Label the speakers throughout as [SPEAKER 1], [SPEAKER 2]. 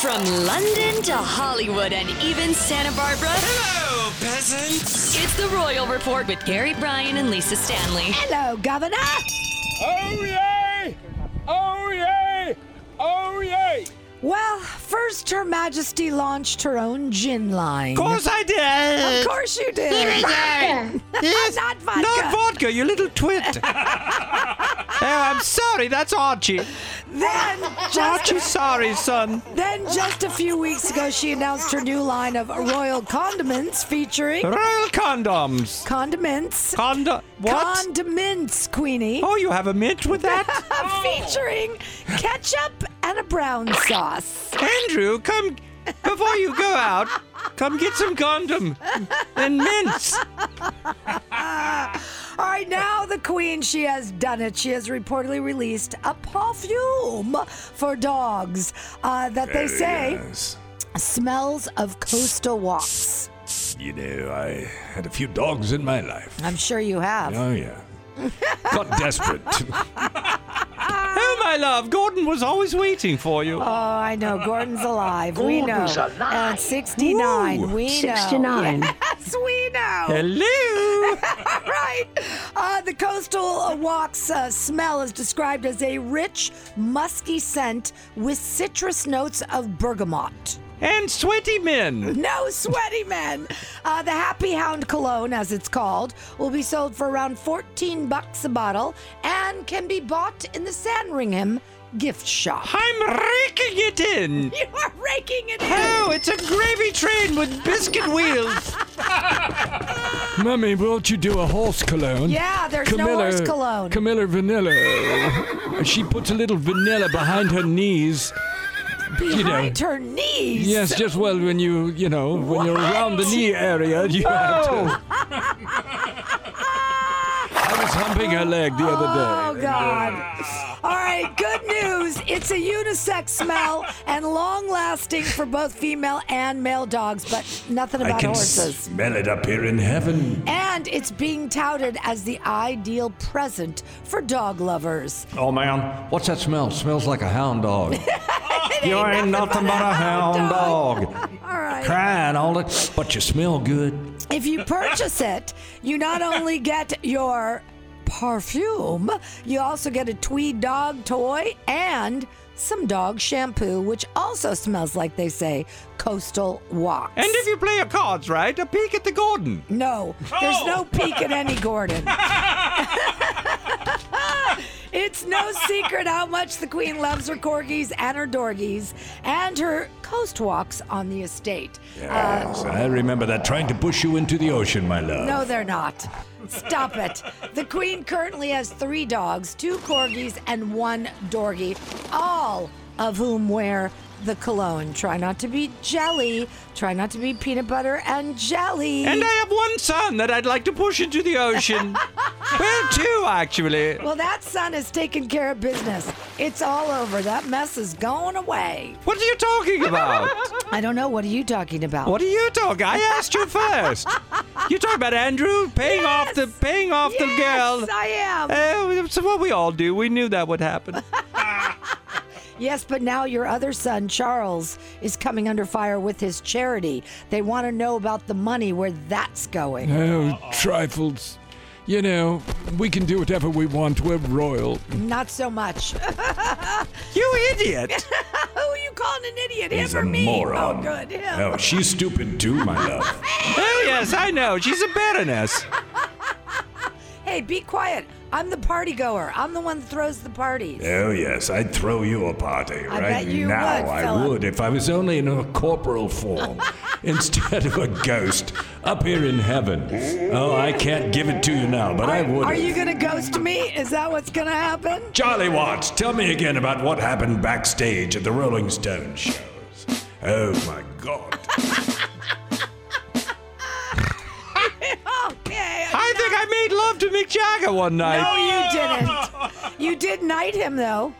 [SPEAKER 1] From London to Hollywood and even Santa Barbara,
[SPEAKER 2] Hello, peasants!
[SPEAKER 1] it's the Royal Report with Gary Bryan and Lisa Stanley.
[SPEAKER 3] Hello, Governor.
[SPEAKER 4] Oh yay! Oh yay! Oh yay!
[SPEAKER 3] Well, first, Her Majesty launched her own gin line.
[SPEAKER 2] Of course I
[SPEAKER 3] Of
[SPEAKER 2] did!
[SPEAKER 3] course you did.
[SPEAKER 2] Yes,
[SPEAKER 3] Not vodka.
[SPEAKER 2] Not vodka, you little twit! oh, I'm sorry, that's Archie.
[SPEAKER 3] then, just
[SPEAKER 2] Archie, sorry, son.
[SPEAKER 3] then, just a few weeks ago, she announced her new line of royal condiments featuring
[SPEAKER 2] Royal condoms.
[SPEAKER 3] condiments.
[SPEAKER 2] Condom. What?
[SPEAKER 3] Condiments, Queenie.
[SPEAKER 2] oh, you have a mint with that?
[SPEAKER 3] featuring ketchup and a brown sauce.
[SPEAKER 2] Andrew, come. Before you go out, come get some condom and mints.
[SPEAKER 3] All right, now the queen, she has done it. She has reportedly released a perfume for dogs uh, that they say
[SPEAKER 4] Yes.
[SPEAKER 3] smells of coastal walks.
[SPEAKER 4] You know, I had a few dogs in my life.
[SPEAKER 3] I'm sure you have.
[SPEAKER 4] Oh, yeah. Got desperate.
[SPEAKER 2] Oh, my love, Gordon was always waiting for you.
[SPEAKER 3] Oh, I know. Gordon's alive. we know.
[SPEAKER 5] Gordon's alive.
[SPEAKER 3] And 69.
[SPEAKER 4] Woo.
[SPEAKER 3] We know.
[SPEAKER 5] 69.
[SPEAKER 3] Yes, we know.
[SPEAKER 4] Oh.
[SPEAKER 2] Hello.
[SPEAKER 3] right. Uh, the coastal walk's uh, smell is described as a rich, musky scent with citrus notes of bergamot.
[SPEAKER 2] and sweaty men.
[SPEAKER 3] No sweaty men. Uh, the Happy Hound cologne, as it's called, will be sold for around 14 bucks a bottle and can be bought in the Sandringham gift shop.
[SPEAKER 2] I'm raking it in.
[SPEAKER 3] You are raking it in.
[SPEAKER 2] Oh, it's a gravy train with biscuit wheels.
[SPEAKER 4] Mummy, won't you do a horse cologne?
[SPEAKER 3] Yeah, there's no horse cologne.
[SPEAKER 4] Camilla Vanilla. she puts a little vanilla behind her knees.
[SPEAKER 3] Behind her knees.
[SPEAKER 4] Yes, just well when you you know when you're around the knee area, you have to. I was humping her leg the
[SPEAKER 3] Oh,
[SPEAKER 4] other day.
[SPEAKER 3] God. All right, good news. It's a unisex smell and long lasting for both female and male dogs, but nothing
[SPEAKER 4] I
[SPEAKER 3] about
[SPEAKER 4] can
[SPEAKER 3] horses.
[SPEAKER 4] smell it up here in heaven.
[SPEAKER 3] And it's being touted as the ideal present for dog lovers.
[SPEAKER 2] Oh, man.
[SPEAKER 4] What's that smell? Smells like a hound dog. you
[SPEAKER 3] ain't
[SPEAKER 4] ain't nothing but a hound dog.
[SPEAKER 3] All right.
[SPEAKER 4] Crying all the. But you smell good.
[SPEAKER 3] If you purchase it, you not only get your perfume, you also get a tweed dog toy and some dog shampoo, which also smells like they say coastal walks.
[SPEAKER 2] And if you play your cards right, a peek at the Gordon.
[SPEAKER 3] No, there's
[SPEAKER 2] Oh!
[SPEAKER 3] no peak in any Gordon. it's no secret how much the Queen loves her corgis and her dorgies and her coast walks on the estate. Uh,
[SPEAKER 4] Yes, I remember that trying to push you into the ocean, my love.
[SPEAKER 3] no, they're not. Stop it. The Queen currently has three dogs, two corgis, and one dorgie, all of whom wear the cologne. Try not to be jelly. Try not to be peanut butter and jelly.
[SPEAKER 2] And I have one son that I'd like to push into the ocean. well, two, actually.
[SPEAKER 3] Well, that son is taking care of business. It's all over. That mess is going away.
[SPEAKER 2] What are you talking about?
[SPEAKER 3] I don't know. What are you talking about?
[SPEAKER 2] What are you talking? I asked you first. You talking about Andrew paying off the
[SPEAKER 3] Yes.
[SPEAKER 2] paying off
[SPEAKER 3] yes,
[SPEAKER 2] the girl?
[SPEAKER 3] I am.
[SPEAKER 2] Oh, it's what we all do. We knew that would happen.
[SPEAKER 3] yes, but now your other son, Charles, is coming under fire with his charity. They want to know about the money, where that's going.
[SPEAKER 4] Oh, trifles. You know, we can do whatever we want. We're royal.
[SPEAKER 3] Not so much.
[SPEAKER 2] You idiot!
[SPEAKER 3] Who are you calling an idiot?
[SPEAKER 4] He's
[SPEAKER 3] him or
[SPEAKER 4] a
[SPEAKER 3] me?
[SPEAKER 4] moron.
[SPEAKER 3] Oh, good. Him.
[SPEAKER 4] Oh, she's stupid too, my love.
[SPEAKER 2] Oh yes, I know. She's a baroness.
[SPEAKER 3] Hey, be quiet. I'm the party goer. I'm the one that throws the parties.
[SPEAKER 4] Oh, yes, I'd throw you a party
[SPEAKER 3] I
[SPEAKER 4] right
[SPEAKER 3] bet you
[SPEAKER 4] now.
[SPEAKER 3] would,
[SPEAKER 4] I
[SPEAKER 3] Philip.
[SPEAKER 4] would if I was only in a corporal form instead of a ghost up here in heaven. Oh, I can't give it to you now, but I would.
[SPEAKER 3] Are you gonna ghost me? Is that what's gonna happen?
[SPEAKER 4] Charlie Watts, tell me again about what happened backstage at the Rolling Stones shows. Oh, my God.
[SPEAKER 2] I made love to Mick Jagger one night.
[SPEAKER 3] No, you didn't. You did knight him though.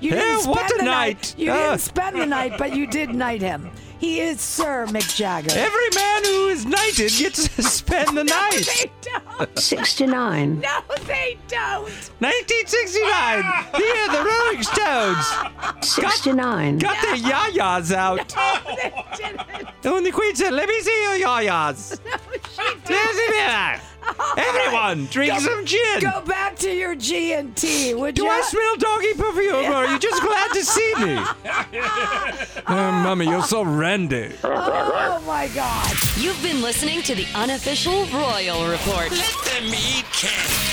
[SPEAKER 3] You
[SPEAKER 2] Yeah,
[SPEAKER 3] didn't spend
[SPEAKER 2] what a
[SPEAKER 3] the
[SPEAKER 2] knight.
[SPEAKER 3] You
[SPEAKER 2] Ah.
[SPEAKER 3] didn't spend the night, but you did knight him. He is Sir Mick Jagger.
[SPEAKER 2] Every man who is knighted gets to spend the night.
[SPEAKER 3] They don't.
[SPEAKER 5] 69.
[SPEAKER 3] No, they don't.
[SPEAKER 2] 1969. Here, the Rolling Stones
[SPEAKER 5] 69.
[SPEAKER 2] got their yayas out.
[SPEAKER 3] They didn't.
[SPEAKER 2] And when the Queen said, "Let me see your yayas,"
[SPEAKER 3] No, she
[SPEAKER 2] there's
[SPEAKER 3] didn't.
[SPEAKER 2] it there.
[SPEAKER 3] All right.
[SPEAKER 2] Everyone, drink some gin.
[SPEAKER 3] Go back to your G and T. Would
[SPEAKER 2] Do
[SPEAKER 3] you?
[SPEAKER 2] I smell doggy perfume, or are you just glad to see me? oh,
[SPEAKER 4] Uh,
[SPEAKER 2] mummy, you're so randy.
[SPEAKER 3] oh my God.
[SPEAKER 1] You've been listening to the unofficial Royal Report.
[SPEAKER 6] Let them eat cake.